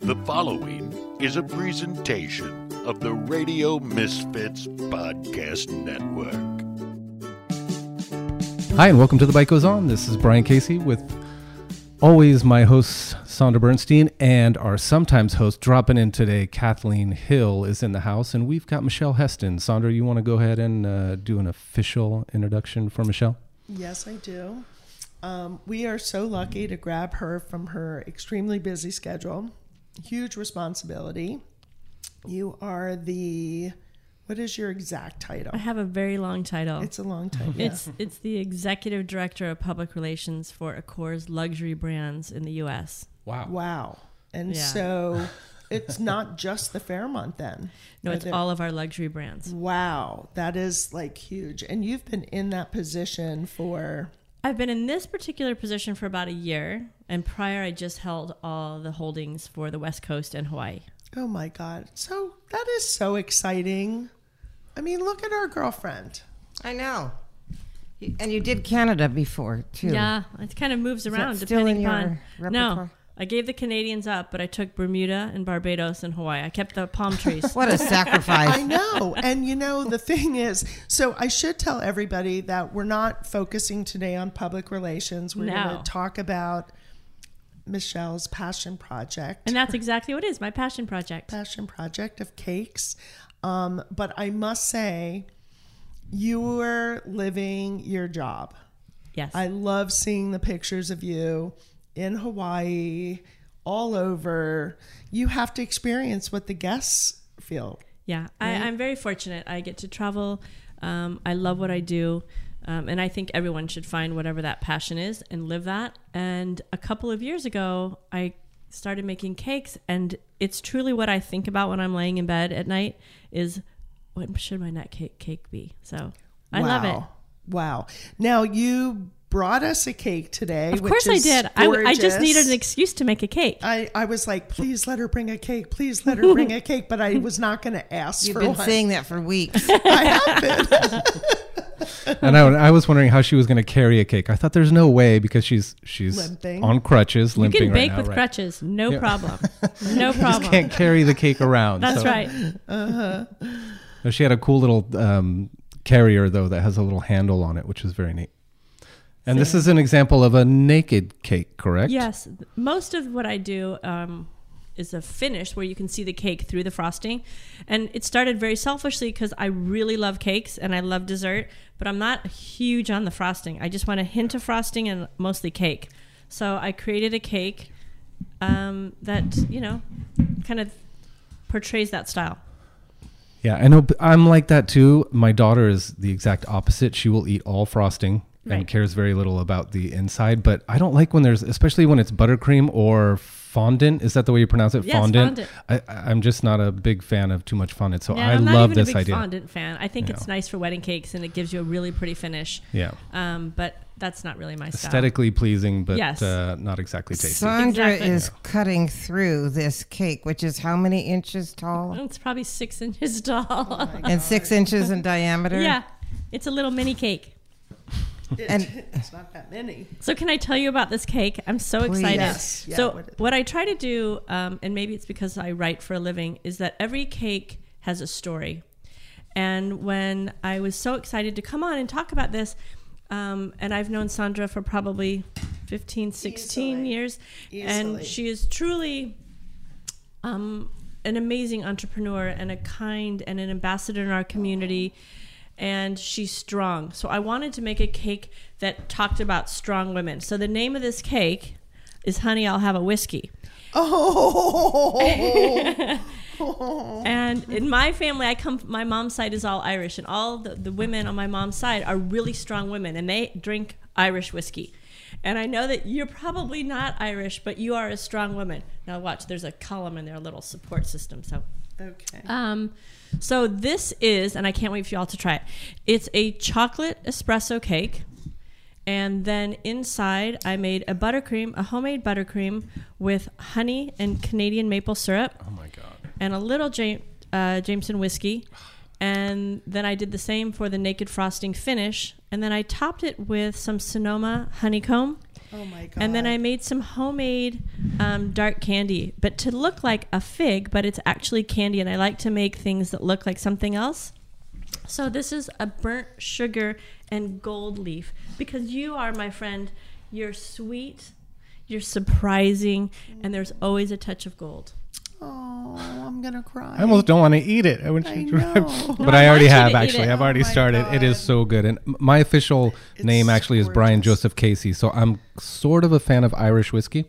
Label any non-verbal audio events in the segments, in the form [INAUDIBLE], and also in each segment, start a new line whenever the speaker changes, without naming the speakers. The following is a presentation of the Radio Misfits Podcast Network.
Hi, and welcome to The Bike Goes On. This is Brian Casey with always my hosts, Sandra Bernstein, and our sometimes host dropping in today, Kathleen Hill, is in the house, and we've got Michelle Heston. Sandra, you want to go ahead and uh, do an official introduction for Michelle?
Yes, I do. Um, we are so lucky to grab her from her extremely busy schedule. Huge responsibility. You are the, what is your exact
I
title?
have a very long title. It's
It's a long
[LAUGHS]
title.
it's, the executive director of public relations for Accor's luxury brands in the U.S.
Wow. And
Yeah.
so it's not just the Fairmont then.
No,
Are
it's
there-
all of our luxury brands.
Wow. That is like huge. And you've been in that position for,
I've been in this particular position for about a year, and prior I just held all the holdings for the West Coast and Hawaii.
oh my God. So that is so exciting. I mean, look at our girlfriend.
I know. You- And you did Canada before too.
Yeah, it kind of moves around
still
depending
in your
upon. No,
repertoire?
I gave the Canadians up, but I took Bermuda and Barbados and Hawaii. I kept the palm
[LAUGHS]
trees.
What
[LAUGHS]
a
I
sacrifice.
know. And you know, the thing is, so I should tell everybody that we're not focusing today on public relations. We're
No.
going to talk about Michelle's passion project,
and that's exactly what it is my passion project.
Uh,
passion project of cakes. Um, but I must say, you were living your job.
Yes.
I love seeing the pictures of you in Hawaii, all over. You have to experience what the guests feel.
Yeah, I, I'm very fortunate. I get to travel. Um, I love what I do. Um, and I think everyone should find whatever that passion is and live that. And a couple of years ago, I started making cakes, and it's truly what I think about when I'm laying in bed at night is what should my nut cake, cake be? So I love it.
Wow. Now you brought us a cake today.
Of course, I did. I, I just needed an
Ex-
excuse to make a cake.
I, I was like, please let her bring a cake. Please let her
[LAUGHS]
bring a cake. But I was not going to ask
You've
for
been
one.
saying that for weeks.
And I, I was wondering how she was going to carry a cake. I thought there's no way because she's she's
Limping.
on crutches,
You
limping
can bake
right now,
with
right?
crutches,
[LAUGHS]
no problem. No problem.
Can't carry the cake around.
That's
so-
right.
No, She had a cool little um, carrier though that has a little handle on it, which is very neat. And this is an example of a naked cake, correct?
Yes, th- most of what I do um, is a finish where you can see the cake through the frosting, and it started very selfishly because I really love cakes and I love dessert, but I'm not huge on the frosting. I just want a hint of frosting and mostly cake. So I created a cake um, that you know kind of portrays that style.
Yeah, I know. but I'm like that too. My daughter is the exact opposite. She will eat all frosting and
Right.
cares very little about the inside. But I don't like when there's, especially when it's buttercream or fondant. Is that the way you pronounce it?
Yes, fondant.
I, I- I'm just not a big fan of too much fondant. So I
am
love
not even
this
a big
idea.
fondant fan. I think it's
Yeah.
nice for wedding cakes and it gives you a really pretty finish.
Yeah.
Um, but that's not really my style.
Aesthetically pleasing, but
Yes.
uh, not exactly tasty.
Sandra
Exactly.
is cutting through this cake, which is how many inches
Oh
tall?
It's probably six inches [LAUGHS] tall.
And six inches in diameter?
yeah, it's a little mini cake.
And-
[LAUGHS] it's not that many.
So can I tell you about this cake? I'm so excited.
Yes. Yeah,
so
what is-
what I try to do, um, and maybe it's because I write for a living, is that every cake has a story. And when I was so excited to come on and talk about this, um, and I've known Sandra for probably 15, 16
Easily.
years,
Easily.
and she is truly um, an amazing entrepreneur and a kind and an ambassador in our community. And she's strong. So I wanted to make a cake that talked about strong women. So the name of this cake is Honey, I'll Have a Whiskey.
Oh,
And in my family, I come. My mom's side is all Irish, and all the, the women on my mom's side are really strong women, and they drink Irish whiskey. And I know that you're probably not Irish, but you are a strong woman. Now watch. There's a column in there, a little support system. So
okay.
um, so this is, and I can't wait for y'all to try it. It's a chocolate espresso cake, and then inside I made a buttercream, a homemade buttercream with honey and Canadian maple syrup. Oh my god! And a little Ja- uh, Jameson whiskey, and then I did the same for the naked frosting finish, and then I topped it with some Sonoma honeycomb.
Oh my god!
And then I made some homemade um, dark candy, but to look like a fig, but it's actually candy. And I like to make things that look like something else. So this is a burnt sugar and gold leaf because you are my friend. You're sweet, you're surprising, and there's always a touch of gold.
Oh, I'm gonna cry.
I almost don't want to eat it. I want you
I
[LAUGHS] to-
know.
but
No,
I,
I want
already
you to
have
eat
actually.
it.
I've already
Oh my
started. It is
God.
so good. And m- my official name
so
actually is Brian
gorgeous.
Joseph Casey. So I'm sort of a fan of Irish whiskey.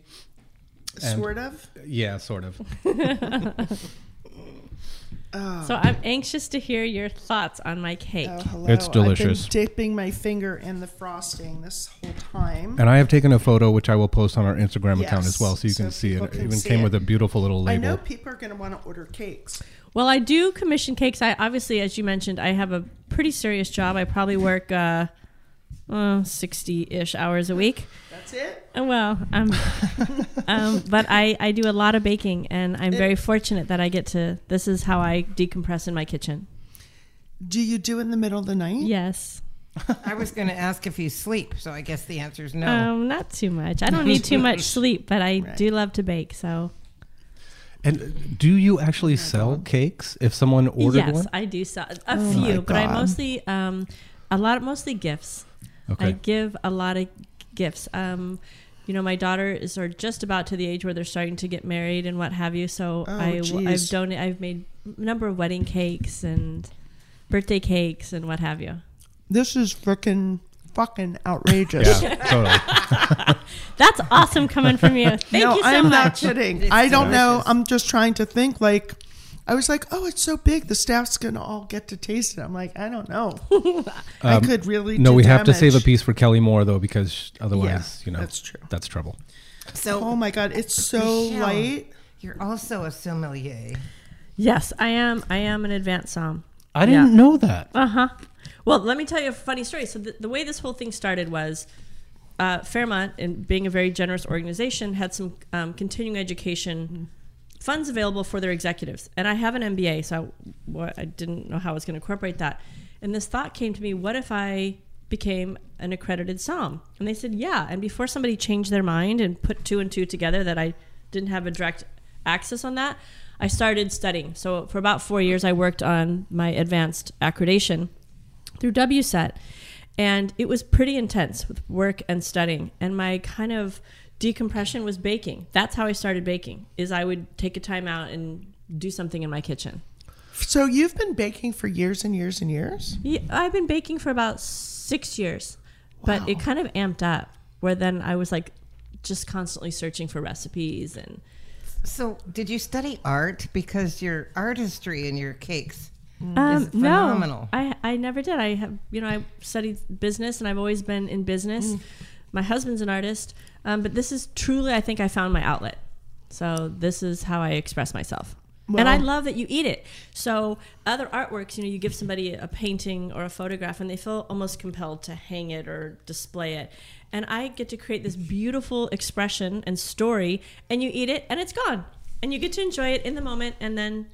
sort of.
Yeah, sort of.
So I'm anxious to hear your thoughts on my cake.
Oh, hello.
It's
I've been
delicious.
dipping my finger in the frosting this whole time.
And I have taken a photo which I will post on our Instagram account as
Yes.
well, so you can
So
see it.
people
It
can
even
see
came
it.
with a beautiful little
I
label.
know people are gonna want to order cakes.
Well, I do commission cakes. I obviously, as you mentioned, I have a pretty serious job. I probably work uh, uh, 60-ish hours a week.
That's it.
Uh, Well,
[LAUGHS]
um, um, but I, I do a lot of baking, and
Uh,
I'm very fortunate that I get to. This is how I decompress in my kitchen.
Do you do in the middle of the night?
Yes,
I was going to ask if you sleep, so I guess the answer is no.
um, not too much. I don't need too
[LAUGHS]
much sleep, but I
Oh. Right.
do love to bake. So
And do you actually sell cakes if someone ordered
yes,
one?
I do sell a few, but I
Oh God.
mostly um, a lot mostly gifts. I
Okay.
give a lot of gifts. Um, you know, my daughter is are just about to the age where they're starting to get married and what have you. So
Oh,
I, have
geez.
done I've made a number of wedding cakes and birthday cakes and what have you.
This is freaking fucking outrageous. [LAUGHS]
yeah, totally.
That's awesome coming from you. Thank
no,
you so
I'm not
much.
kidding.
It's
I don't know.
delicious.
I'm just trying to think. Like, I was like, oh, it's so big. The staff's gonna all get to taste it. I'm like, I don't
[LAUGHS]
know. I could really.
Um, No,
do
we have to save a
damage.
piece for Kelly Moore though, because otherwise, you know,
that's true.
That's trouble.
so,
Oh my god, it's so
Michelle,
light.
You're also a sommelier.
Yes, I am. I am an advanced psalm.
I didn't know that.
Uh huh. Well, let me tell you a funny story. So the, the way this whole thing started was uh, Fairmont, and being a very generous organization, had some um, continuing education funds available for their executives. And I have an MBA, so I, what, I didn't know how I was going to incorporate that. And this thought came to me: What if I became an accredited psalm? And they said, Yeah. And before somebody changed their mind and put two and two together that I didn't have a direct access on that, I started studying. So for about four years, I worked on my advanced accreditation through WSET. And it was pretty intense with work and studying. And my kind of decompression was baking. That's how I started baking, is I would take a time out and do something in my kitchen.
So you've been baking for years and years and years.
Yeah, I've been baking for about six years, but it
Wow.
kind of amped up where then I was like just constantly searching for recipes and
So, did you study art? Because your artistry in your cakes
Um,
Mm.
is phenomenal.
No, I I never did. I have you know I studied business and I've always been in business.
Mm.
My husband's an artist, um, but this is truly I think I found my outlet. So this is how I express myself. and I
Well-
love that you eat it. So other artworks, you know, you give somebody a painting or a photograph, and they feel almost compelled to hang it or display it. And I get to create this beautiful expression and story, and you eat it, and it's gone, and you get to enjoy it in the moment, and then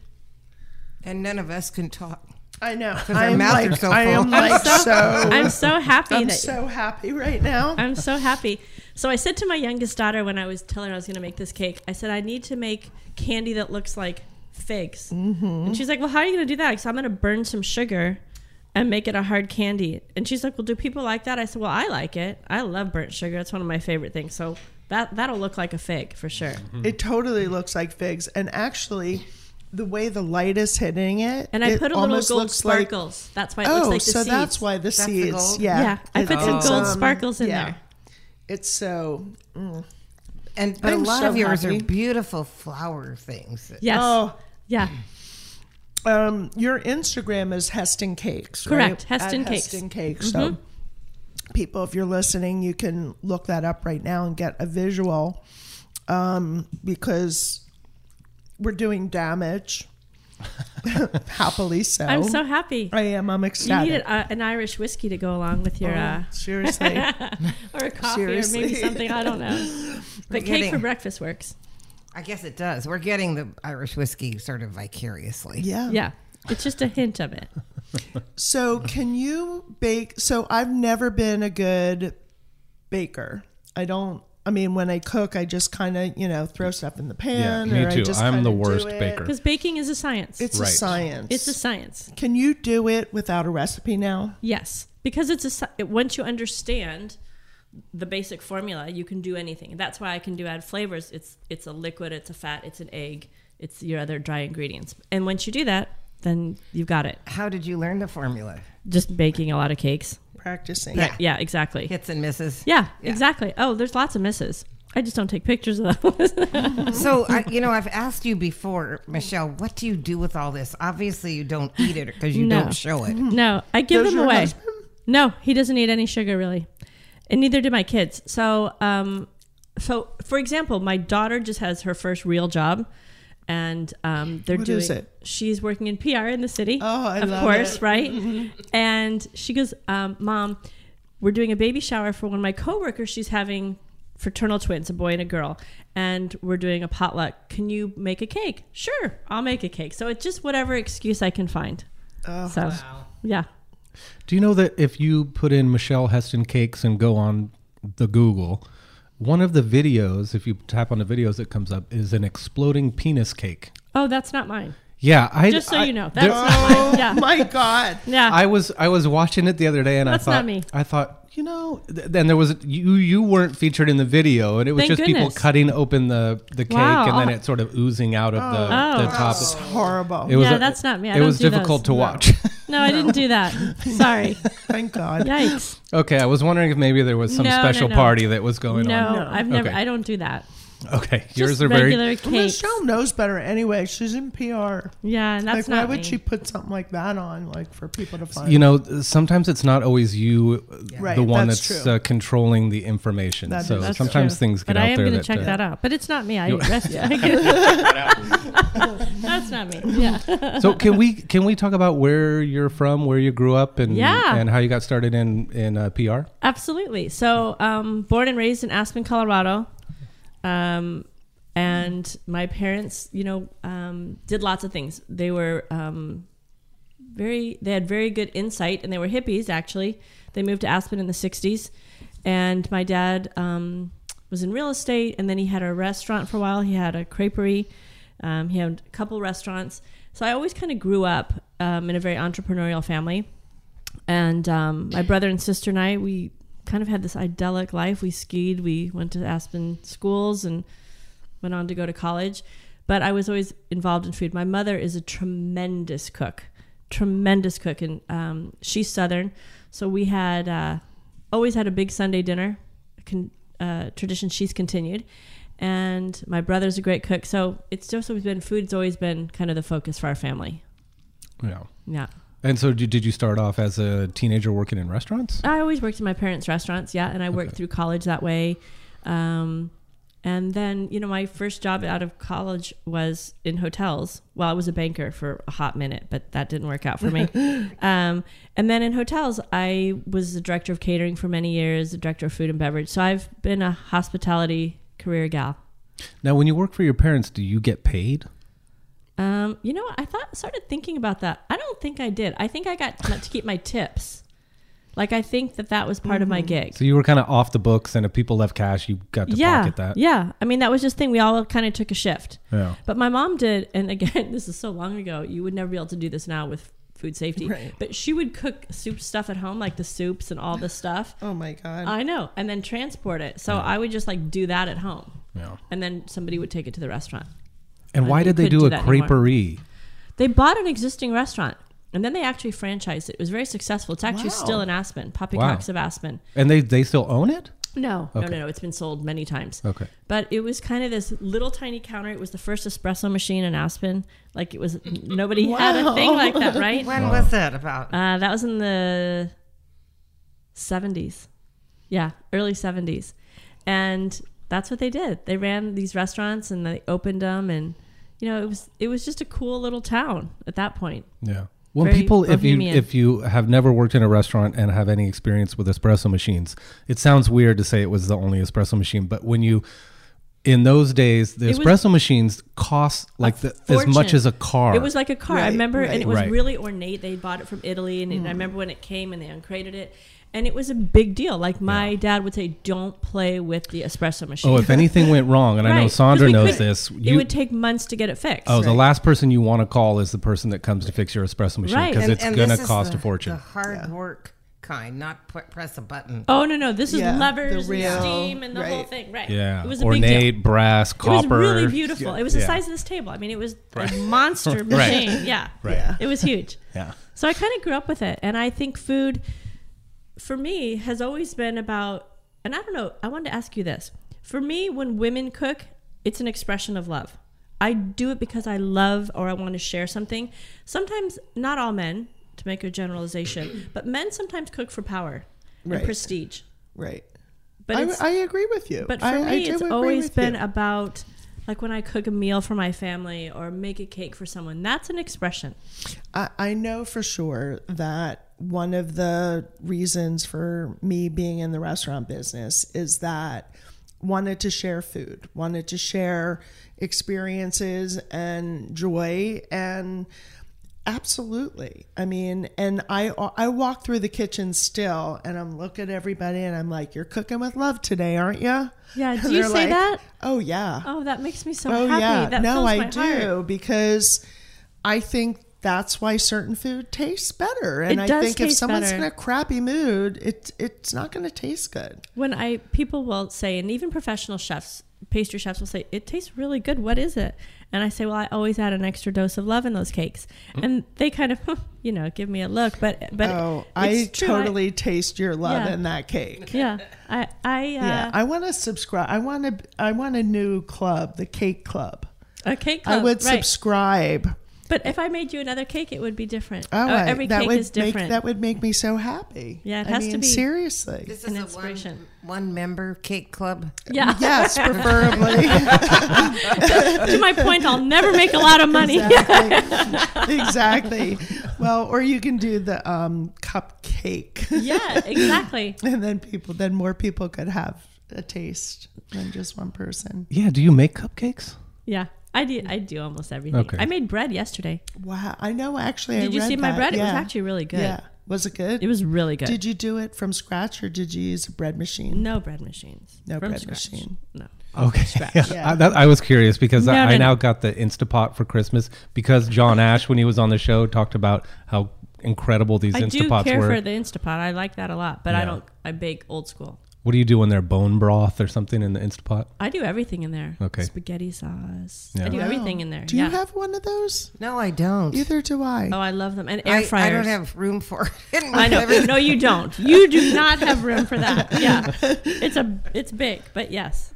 and none of us can talk.
I know.
our
I am
mouths are
like,
so
I am
full.
like so.
[LAUGHS] I'm so happy
I'm
that
so happy right now.
I'm so happy. So I said to my youngest daughter when I was telling her I was going to make this cake, I said I need to make candy that looks like figs.
Mm-hmm.
And she's like, "Well, how are you going to do that?" Because I'm going to burn some sugar and make it a hard candy. And she's like, "Well, do people like that?" I said, "Well, I like it. I love burnt sugar. It's one of my favorite things." So that that'll look like a fig for sure.
It totally looks like figs. And actually, the way the light is hitting it,
And I
it
put a little
almost
gold
looks like-
sparkles. that's why it
oh,
looks like the
so
seeds.
that's why the
the
seeds.
gold?
yeah,
yeah, I
It-
put some
it's,
gold
um,
sparkles in
yeah.
there.
It's so.
And but
I'm
a lot
so
of yours
happy.
are beautiful flower things.
Yes.
Oh,
Yeah.
um, your Instagram is Heston Cakes, right?
Correct, Heston
At
Cakes. Mm-hmm.
Heston Cakes. So, people, if you're listening, you can look that up right now and get a visual, um, because we're doing
[LAUGHS]
damage. Happily so.
I'm so happy.
I am. I'm
You
ecstatic.
needed uh, an Irish whiskey to go along with
Oh,
your uh, [LAUGHS]
Seriously.
or a coffee or maybe
Seriously.
something i
[LAUGHS]
don't know but cake
Forgetting.
for breakfast works
I guess it does. We're getting the Irish whiskey sort of vicariously.
yeah.
yeah it's just a hint of it
So, can you bake? So, I've never been a good baker. I don't. I mean, when I cook, I just kind of you know throw stuff in the pan.
me
or I
too.
just
I'm
kinda
the
do
worst
it.
baker.
Because baking is a science.
It's
Right.
a science.
it's a science.
Can you do it without a recipe now?
Yes, because it's a sci- it- once you understand the basic formula, you can do anything. That's why I can do add flavors. It's it's a liquid, it's a fat, it's an egg, it's your other dry ingredients. And once you do that, then you've got it.
How did you learn the formula?
Just baking a lot of cakes.
Practicing.
Yeah.
Yeah, exactly.
Hits and misses.
Yeah,
Yeah.
exactly. Oh, there's lots of misses. I just don't take pictures of those.
So, I, you know, I've asked you before, Michelle, what do you do with all this? Obviously, you don't eat it because you
No.
don't
[LAUGHS]
show it.
No, I give
Does
them
your
away.
husband?
No, he doesn't eat any sugar really, and neither do my kids. So, um, so for example, my daughter just has her first real job, and um, they're
What
doing.
is it?
She's working in PR in the city.
Oh, I
of
love
course,
it.
right?
[LAUGHS]
And she goes, um, "Mom, we're doing a baby shower for one of my coworkers. She's having." Fraternal twins, a boy and a girl, and we're doing a potluck. Can you make a cake? Sure, I'll make a cake. So it's just whatever excuse I can find. Oh, so, yeah.
Do you know that if you put in Michelle Heston cakes and go on the Google, one of the videos, if you tap on the videos that comes up, is an exploding penis cake.
Oh, that's not mine.
Yeah, I
Just so
I-
you know, that's
there-
not mine. [LAUGHS] Yeah,
Oh My God.
yeah.
I was I was watching it the other day, and
That's
I
not
thought
me.
I thought you know. th- Then there was you you weren't featured in the video, and it was
Thank
just people
goodness.
cutting open the the cake,
Wow. Oh.
and then it sort of oozing out of the, the top.
It's horrible.
It was
Yeah,
a-
that's not me. I
it
don't
was
do
difficult
those.
to watch. [LAUGHS]
no, I didn't do that. Sorry.
Thank
[LAUGHS]
God.
Yikes.
okay, I was wondering if maybe there was some
No, no,
special
no.
party that was going
No,
on.
I've never.
Okay.
I don't do that.
Okay,
Just
yours are very
regular
Well,
cakes.
Michelle knows better anyway. She's in PR.
Yeah, and that's
like, why
not
would
me.
she put something like that on, like for people to find?
you know sometimes it's not always you uh,
Right,
the one
that's
that's,
true.
uh, controlling the information
That
so
is
That's
sometimes
true.
things get
but
out
I am
there
gonna
that,
check
uh,
that out. But it's not me.
[LAUGHS]
I rest. [LAUGHS] that's not me. Yeah.
so can we can we talk about where you're from where you grew up and
Yeah.
and how you got started in in uh, pr
Absolutely. So, um, born and raised in Aspen, Colorado. Um, and my parents, you know, um, did lots of things. They were um, very, they had very good insight, and they were hippies, actually. They moved to Aspen in the 60s. And my dad um, was in real estate, and then he had a restaurant for a while. He had a creperie, um, he had a couple restaurants. So I always kind of grew up um, in a very entrepreneurial family and um, my brother and sister and I, we kind of had this idyllic life. We skied, we went to Aspen schools, and went on to go to college. But I was always involved in food. My mother is a tremendous cook, tremendous cook, and um, she's Southern, so we had uh, always had a big Sunday dinner a con- uh, tradition. She's continued. And my brother's a great cook, so it's just always been food's always been kind of the focus for our family.
yeah
Yeah.
and so did, did you start off as a teenager working in restaurants
I always worked in my parents' restaurants, yeah, and I worked through college that way. Um, and then, you know, my first job out of college was in hotels. Well, I was a banker for a hot minute, but that didn't work out for me. um, and then in hotels, I was the director of catering for many years, the director of food and beverage. So I've been a hospitality career gal.
now when you work for your parents do you get paid
Um, you know, what? I thought started thinking about that. I don't think I did. I think I got to keep my tips. Like I think that that was part of my gig.
so you were kind of off the books and if people left cash you got to
yeah,
pocket that
Yeah. I mean, that was just thing. We all kind of took a shift.
Yeah.
But my mom did. And again, [LAUGHS] this is so long ago. You would never be able to do this now with food safety.
Right.
But she would cook soup stuff at home, like the soups and all this stuff.
oh my God.
I know. And then transport it. So I would just like do that at home.
Yeah.
And then somebody would take it to the restaurant.
and why
you
did they
couldn't
do
do
a
that anymore.
creperie
They bought an existing restaurant and then they actually franchised it. It was very successful. It's actually
Wow.
still in Aspen, Poppycocks of Aspen.
and they they still own it
No, no, no, no. It's been sold many times.
Okay.
But it was kind of this little tiny counter. It was the first espresso machine in Aspen. Like it was nobody had a thing like that, right?
When was that about?
Uh, that was in the seventies. Yeah, early seventies, and that's what they did. They ran these restaurants and they opened them, and you know it was it was just a cool little town at that point.
Yeah. Well,
Very
people, if you
bohemian.
if you have never worked in a restaurant and have any experience with espresso machines, it sounds weird to say it was the only espresso machine. But when you, in those days, the
It was
espresso machines cost like the, as
fortune.
much as a car.
It was like a car. I
Right,
remember, and it was
right.
really ornate. They bought it from Italy, and it- I remember when it came and they uncrated it. And it was a big deal. Like my dad would say, "Don't play with the espresso machine."
Oh, if anything went wrong, and I
Right.
know
'Cause
Sandra
we
knows
couldn't-
this.
it
You,
would take months to get it fixed.
oh, the last person you want to call is the person that comes to fix your espresso machine
Right.
because
And-
it's
And
going to
this is
cost
the-
a fortune.
The hard work kind, not p- press a button.
Oh no no! This is
Yeah, the
levers
real-
and steam and the whole
right.
thing, right?
yeah,
it was a big deal.
ornate brass,
It was
copper.
really beautiful. It was the
Yeah.
size of this table. I mean, it was a
[LAUGHS]
monster machine. Yeah,
Right.
Yeah.
It was huge.
Yeah.
So I kind of grew up with it, and I think food, for me, has always been about. And I don't know. I wanted to ask you this. For me, when women cook, it's an expression of love. I do it because I love or I want to share something. Sometimes, not all men, to make
[CLEARS THROAT]
a generalization, but men sometimes cook for power
Right.
and prestige.
Right.
But
I,
it's,
I agree with you.
but for
I, I
me,
do
it's
agree
always
with
been
you.
about like when I cook a meal for my family or make a cake for someone. That's an expression.
I, I know for sure that one of the reasons for me being in the restaurant business is that wanted to share food, wanted to share experiences and joy and absolutely. I mean, and I I walk through the kitchen still and I'm looking at everybody and I'm like, "You're cooking with love today, aren't you?" [LAUGHS]
Yeah,
And
do you
they're
say that?
Oh yeah.
Oh, that makes me so happy. That
no,
fills
I
my
do
heart.
because I think that's why certain food tastes better. And
It
I
does
think if
taste
someone's
better.
in a crappy mood, it it's not going to taste good.
When I people will say, and even professional chefs, pastry chefs will say, "It tastes really good. What is it?" And I say, "Well, I always add an extra dose of love in those cakes," and they kind of, [LAUGHS] you know, give me a look. But but
Oh, I
it's true.
totally taste your love
Yeah.
in that cake.
yeah I I uh,
Yeah, I want to subscribe. I want to. I want a new club, the Cake Club.
a cake.
I
club,
would
right.
subscribe.
But if I made you another cake, it would be different.
Oh,
Uh,
I-
every
that
cake
would
is different.
Make, that would make me so happy.
Yeah, it
I
has to
mean,
be-
seriously.
This
An
is a one,
inspiration.
one member cake club.
yeah.
[LAUGHS] Yes,
[LAUGHS]
preferably.
to my point, I'll never make a lot of money.
exactly. [LAUGHS] exactly. Well, or you can do the um, cupcake,
[LAUGHS]
[LAUGHS]
yeah, exactly.
and then people, then more people could have a taste than just one person.
Yeah. Do you make cupcakes?
Yeah. I do, I do almost everything.
Okay.
I made bread yesterday.
Wow, I know. Actually, I
Did you
read
see my
that.
bread? It was
Yeah.
actually really good.
Yeah, was it good?
It was really good.
Did you do it from scratch or did you use a bread machine?
no bread machines.
No
From
bread
scratch.
machine.
No.
Okay. [LAUGHS]
Yeah.
I, that, I was curious because I,
No, no,
I
no.
now got the Instapot for Christmas because John Ash, when he was on the show, talked about how incredible these
I do
Instapots
care
were.
for the Instapot. I like that a lot, but
Yeah.
I don't. I bake old school.
what do you do when they're bone broth or something in the Instapot?
I do everything in there.
Okay.
Spaghetti sauce.
Yeah.
I do
Wow.
everything in there.
Do
yeah.
you have one of those?
No, I don't.
Either do I.
Oh, I love them. And air
I,
fryers.
I don't have room for it. [LAUGHS] in
[LAUGHS]
my
I know.
[LAUGHS]
[LAUGHS]
living-
No, you don't. You do not have room for that. Yeah, it's a it's big, but yes,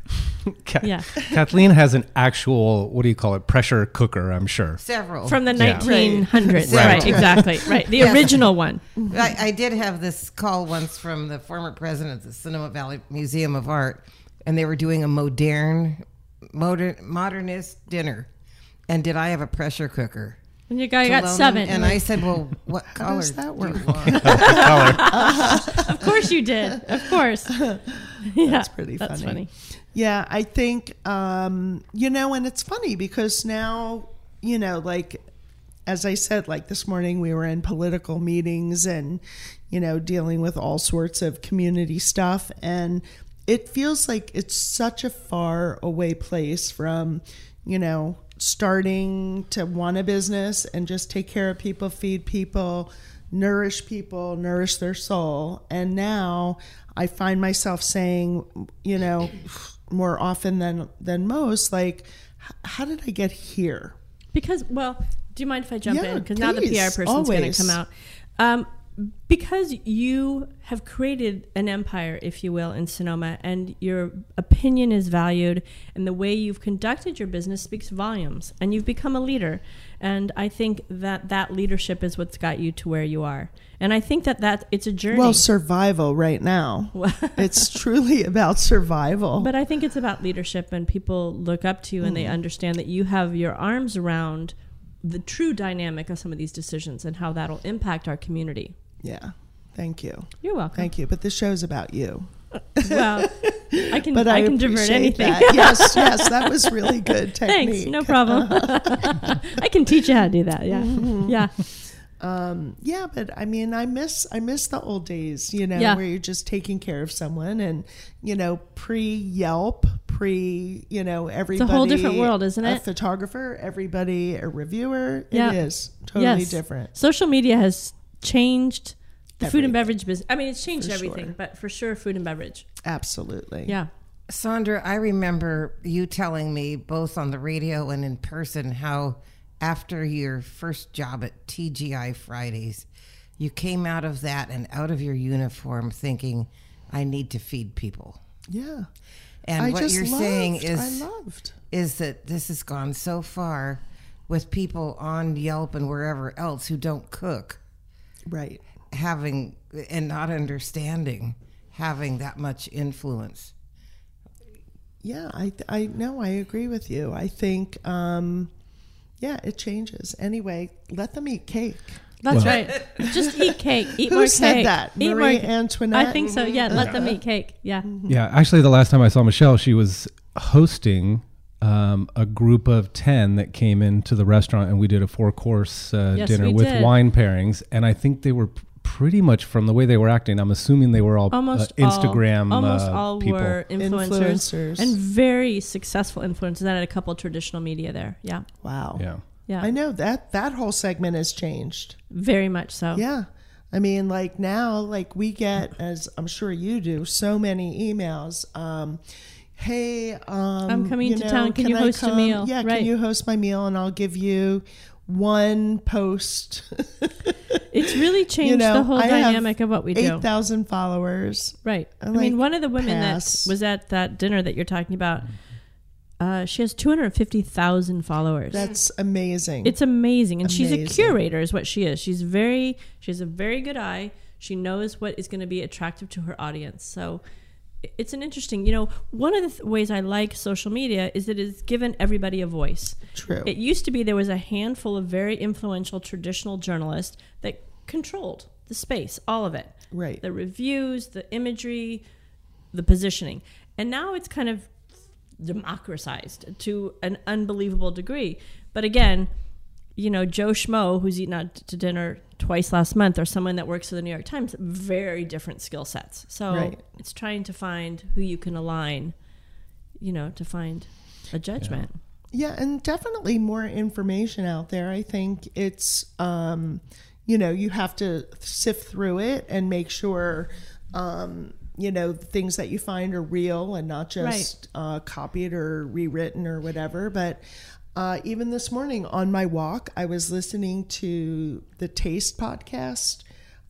Ca-
Yeah.
Kathleen has an actual, what do you call it, pressure cooker, I'm sure.
Several.
from the
Oh, Yeah.
1900s.
Right.
Right.
Right.
exactly. Right, the
Yes.
original one.
I, I did have this call once from the former president of the Cinema Valley Museum of Art, and they were doing a modern, modern modernist dinner. And did I have a pressure cooker?
And your guy got
Bologna,
seven.
And I said, "Well, what color
does that
do you
work? [LAUGHS]
want?"
of course you did. Of course.
[LAUGHS]
yeah, that's
pretty
That's
funny.
funny.
Yeah, I think um, you know, and it's funny because now you know, like as I said, like this morning we were in political meetings and you know dealing with all sorts of community stuff, and it feels like it's such a far away place from you know starting to want a business and just take care of people, feed people, nourish people, nourish their soul. And now I find myself saying, you know, more often than than most, like, "H- how did I get here?
Because well, do you mind if I jump
Yeah,
in? Because now the
please,
PR person's going
always.
to come out. Um, because you have created an empire, if you will, in Sonoma, and your opinion is valued, and the way you've conducted your business speaks volumes, and you've become a leader. And I think that that leadership is what's got you to where you are. And I think that that it's a journey.
Well, survival right
[LAUGHS]
now. it's truly about survival.
But I think it's about leadership, and people look up to you and they
Mm.
understand that you have your arms around the true dynamic of some of these decisions and how that'll impact our community.
yeah. Thank you.
You're welcome.
Thank you. But this show's about you.
Well, I can
[LAUGHS] But
I,
I,
can divert
appreciate
anything. [LAUGHS]
That. Yes, yes, that was really good technique. [LAUGHS] Mm-hmm.
Thanks, no problem. I can teach you how to do that. Yeah, yeah.
Um, yeah, but I mean, I miss I miss the old days, you know,
Yeah.
where you're just taking care of someone, and you know, pre Yelp, pre you know, everybody.
whole different world, isn't
a
it?
photographer, everybody, a reviewer.
Yeah.
It is totally
Yes.
different.
Social media has changed the
Everything.
food and beverage business. I mean, it's changed
For
everything,
sure.
but for sure, food and beverage.
Absolutely.
Yeah.
Sandra, I remember you telling me both on the radio and in person how after your first job at TGI Fridays, you came out of that and out of your uniform thinking, I need to feed people.
yeah.
And
I
what
just
you're
loved,
saying is
I loved.
is that this has gone so far with people on Yelp and wherever else who don't cook
Right.
having and not understanding having that much influence.
Yeah, I I no, I agree with you. I think um yeah, it changes. Anyway, let them eat cake.
That's right. Just eat cake.
[LAUGHS]
Eat
Who
more
said
cake.
that?
Eat
Marie
more.
Antoinette?
I think so. Yeah. Let them eat cake. Yeah.
Mm-hmm.
Yeah, actually, the last time I saw Michelle, she was hosting um, a group of 10 that came into the restaurant, and we did a four course uh,
Yes,
dinner
we
with
did.
wine pairings. And I think they were p- pretty much from the way they were acting, I'm assuming they were all uh,
Almost
Instagram
all, almost
uh,
all
people.
were influencers,
Influencers.
and very successful influencers. I had a couple traditional media there. Yeah,
Wow.
Yeah.
yeah,
I know that that whole segment has changed.
very much so.
Yeah. I mean, like now, like we get, as I'm sure you do, so many emails. Um, hey, um, I'm
coming to town. Can you host a meal?
Yeah,
Right.
can you host my meal? And I'll give you one post. [LAUGHS]
It's really changed
know,
the whole
I have
dynamic of what we do.
Eight thousand followers.
Right. I,
I'm
mean,
like,
one of the women
pass.
that was at that dinner that you're talking about, uh, she has 250,000 followers.
That's amazing.
it's amazing, and she's a
Amazing.
curator, is what she is. She's very, she has a very good eye. She knows what is going to be attractive to her audience. So i- it's an interesting, you know, one of the th- ways I like social media is it has given everybody a voice.
True.
It used to be there was a handful of very influential traditional journalists that controlled the space, all of it.
Right.
The reviews, the imagery, the positioning. And now it's kind of democratized to an unbelievable degree. But again, you know, Joe Schmo, who's eaten out to dinner twice last month, or someone that works for the New York Times, very different skill sets. So
Right.
it's trying to find who you can align, you know, to find a judgment.
Yeah, and definitely more information out there. I think it's, um, you know, you have to sift through it and make sure, um, you know, the things that you find are real and not just uh, copied or rewritten or whatever. But uh, even this morning on my walk, I was listening to the Taste podcast.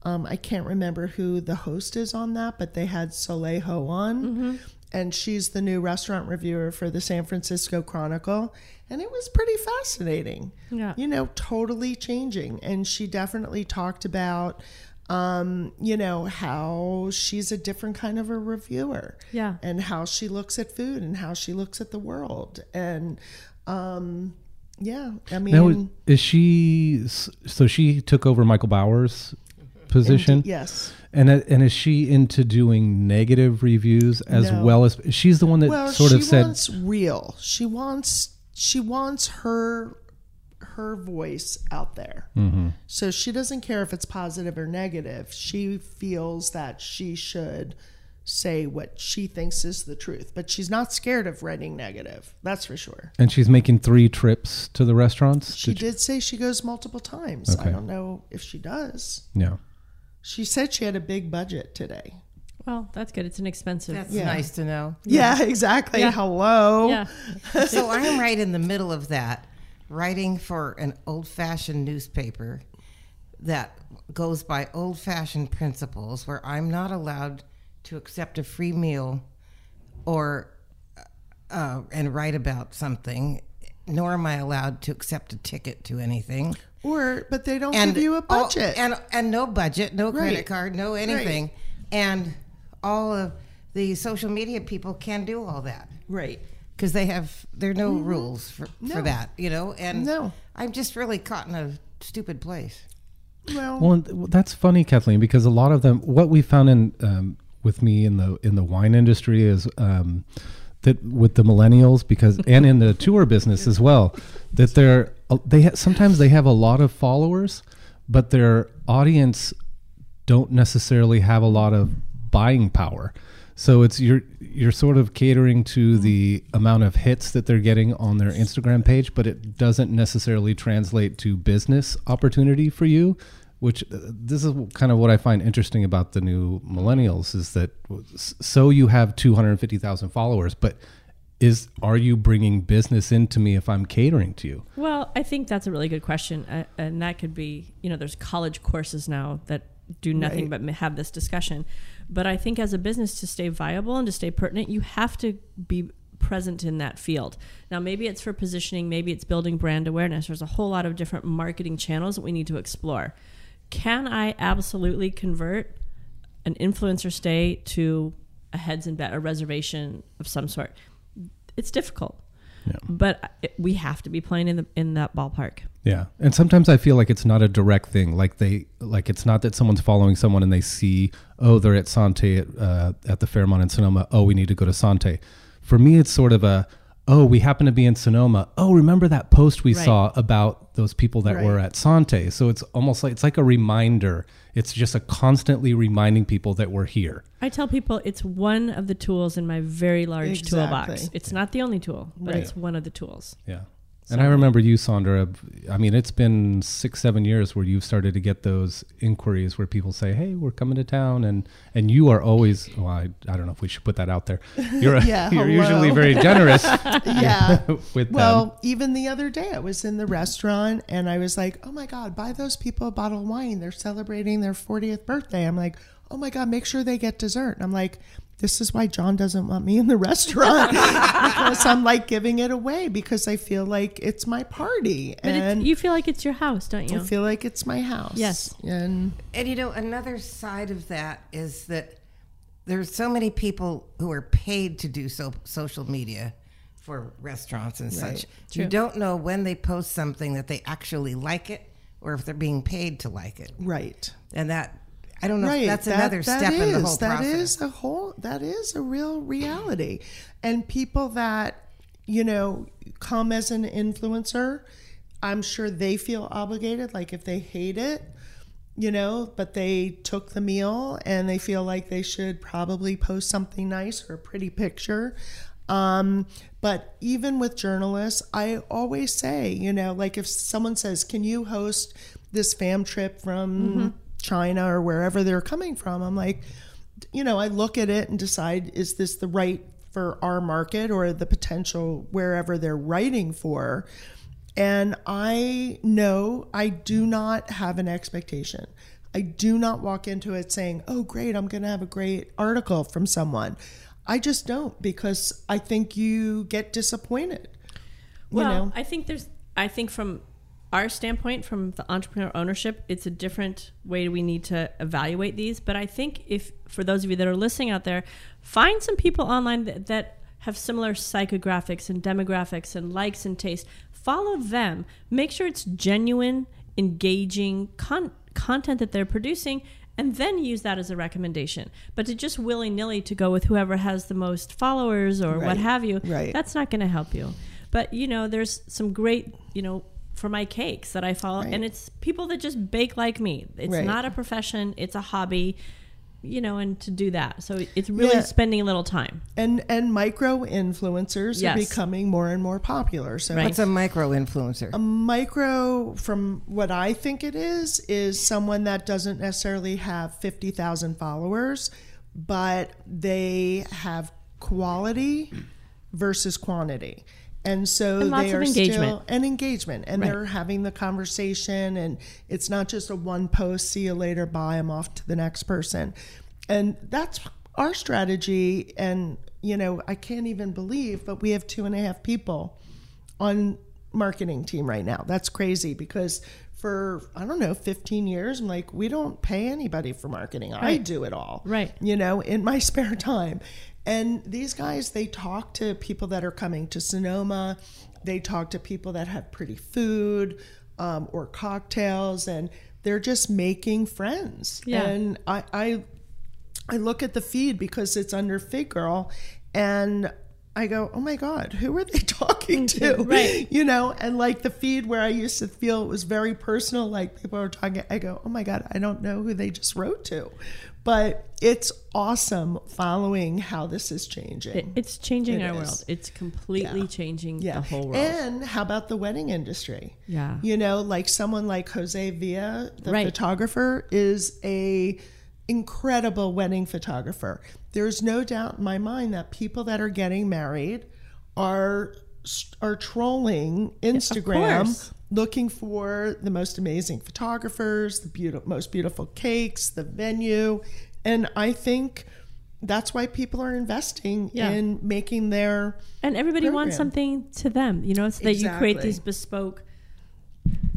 Um, I can't remember who the host is on that, but they had Solejo on. And she's the new restaurant reviewer for the San Francisco Chronicle. And it was pretty fascinating.
Yeah.
You know, totally changing. And she definitely talked about, um, you know, how she's a different kind of a reviewer
Yeah.
and how she looks at food and how she looks at the world. And um, yeah, I mean,
Now, is, is she, s- so she took over Michael Bauer's position?
yes.
And, uh, and is she into doing negative reviews as
No.
well as, she's the one that
well,
sort
she
of said,
wants real. She wants she wants her her voice out there.
Mm-hmm.
So she doesn't care if it's positive or negative. She feels that she should say what she thinks is the truth, but she's not scared of writing negative. That's for sure.
and she's making three trips to the restaurants?
She
Did
did say she goes multiple times. I
Okay.
don't know if she does.
you- No.
She said she had a big budget today.
Well, that's good. It's inexpensive.
That's
Yeah.
nice to know.
Yeah, exactly.
Yeah.
Hello.
yeah.
so I'm right in the middle of that, writing for an old fashioned newspaper that goes by old fashioned principles where I'm not allowed to accept a free meal or uh, and write about something, nor am I allowed to accept a ticket to anything.
Or but they don't
And
give you a
all-
budget.
and and no budget, no
Right.
credit card, no anything. And all of the social media people can do all that
right.
because they have there are no rules for, for that, you know. And
No.
I'm just really caught in a stupid place.
Well,
Well, and th- well, that's funny, Kathleen, because a lot of them. What we found in um, with me in the in the wine industry is um, that with the millennials, because and in the tour business as well, that they're uh, they ha- sometimes they have a lot of followers, but their audience don't necessarily have a lot of buying power. So it's you're you're sort of catering to the amount of hits that they're getting on their Instagram page, but it doesn't necessarily translate to business opportunity for you. Which uh, this is kind of what I find interesting about the new millennials is that so you have two hundred fifty thousand followers, but is are you bringing business into me if I'm catering to you?
Well, I think that's a really good question, uh, and that could be you know there's college courses now that do nothing but ma- have this discussion. But I think as a business to stay viable and to stay pertinent, you have to be present in that field. Now, maybe it's for positioning, maybe it's building brand awareness. There's a whole lot of different marketing channels that we need to explore. Can I absolutely convert an influencer stay to a heads and bet, a reservation of some sort? It's difficult, but it, we have to be playing in the in that ballpark.
Yeah. And sometimes I feel like it's not a direct thing. Like they like it's not that someone's following someone and they see, oh, they're at Sante at, uh, at the Fairmont in Sonoma. Oh, we need to go to Sante. For me, it's sort of a, oh, we happen to be in Sonoma. Oh, remember that post we
Right.
saw about those people that were at Sante. So it's almost like it's like a reminder. It's just a constantly reminding people that we're here.
I tell people it's one of the tools in my very large toolbox.
Exactly.
It's not the only tool, but it's one of the tools.
Yeah. And I remember you, Sandra. I mean, it's been six, seven years where you've started to get those inquiries where people say, "Hey, we're coming to town," and and you are always. Well, I, I don't know if we should put that out there. You're [LAUGHS]
Yeah,
you're
hello.
usually very generous
Yeah.
[LAUGHS] with
Well,
um,
them.
even the other day, I was in the restaurant and I was like, "Oh my God, buy those people a bottle of wine. They're celebrating their 40th birthday." I'm like, "Oh my God, make sure they get dessert." And I'm like, "This is why John doesn't want me in the
[LAUGHS]
restaurant because I'm like giving it away because I feel like it's my party
But
and
it's, you feel like it's your house, don't you?
I feel like it's my house."
Yes.
and
And you know, another side of that is that there's so many people who are paid to do so social media for restaurants and such. You don't know when they post something that they actually like it or if they're being paid to like it.
right.
And that I don't know
right.
if that's
that-
another
that
step in the
is-
whole
that
process.
is a whole. That is a real reality, and people that you know come as an influencer, I'm sure they feel obligated. Like if they hate it, you know, but they took the meal and they feel like they should probably post something nice or a pretty picture. Um, but even with journalists, I always say, you know, like if someone says, "Can you host this fam trip from China or wherever they're coming from?" I'm like, you know, I look at it and decide is this the right for our market or the potential wherever they're writing for. And I know I do not have an expectation. I do not walk into it saying, oh, great, I'm going to have a great article from someone. I just don't because I think you get disappointed. You
well,
know?
I think there's. I think from our standpoint, from the entrepreneur ownership, it's a different way we need to evaluate these. But I think if for those of you that are listening out there, find some people online that, that have similar psychographics and demographics and likes and taste. Follow them. Make sure it's genuine, engaging con- content that they're producing. And then use that as a recommendation. But to just willy nilly to go with whoever has the most followers or what
Right.
have you,
Right.
that's not going to help you. But you know, there's some great, you know, for my cakes that I follow, and it's people that just bake like me. It's
Right.
not a profession; it's a hobby, you know. And to do that, so it's really
Yeah.
spending a little time.
and and micro influencers
Yes.
are becoming more and more popular. So
Right.
What's a micro influencer?
micro from what i think it is is someone that doesn't necessarily have 50,000 followers but they have quality versus quantity and so
And lots
they
of
are
engagement.
still and engagement and they're having the conversation and it's not just a one post see you later bye i'm off to the next person and that's our strategy and you know i can't even believe but we have two and a half people on marketing team right now. That's crazy because for I don't know 15 years I'm like we don't pay anybody for marketing. I do it all.
Right.
You know, in my [LAUGHS] spare time. And these guys they talk to people that are coming to Sonoma. They talk to people that have pretty food um, or cocktails and they're just making friends.
Yeah.
And I, I I look at the feed because it's under Fig Girl, and I go, oh my God, who are they [LAUGHS] talking to?
Mm, Right.
[LAUGHS] You know, and like the feed where I used to feel it was very personal, like people are talking, I go, oh my God, I don't know who they just wrote to. But it's awesome following how this is changing.
It- it's changing
It
our
is.
world. It's completely
Yeah.
changing
yeah.
the whole world.
And how about the wedding industry?
Yeah.
You know, like someone like Jose Villa, the
Right.
photographer, is a incredible wedding photographer. There's no doubt in my mind that people that are getting married are are trolling
course.
Instagram looking for the most amazing photographers, the beautiful, most beautiful cakes, the venue, and I think that's why people are investing
Yeah.
in making their
and everybody wants
program.
something to them you know it's that you create
Exactly.
these bespoke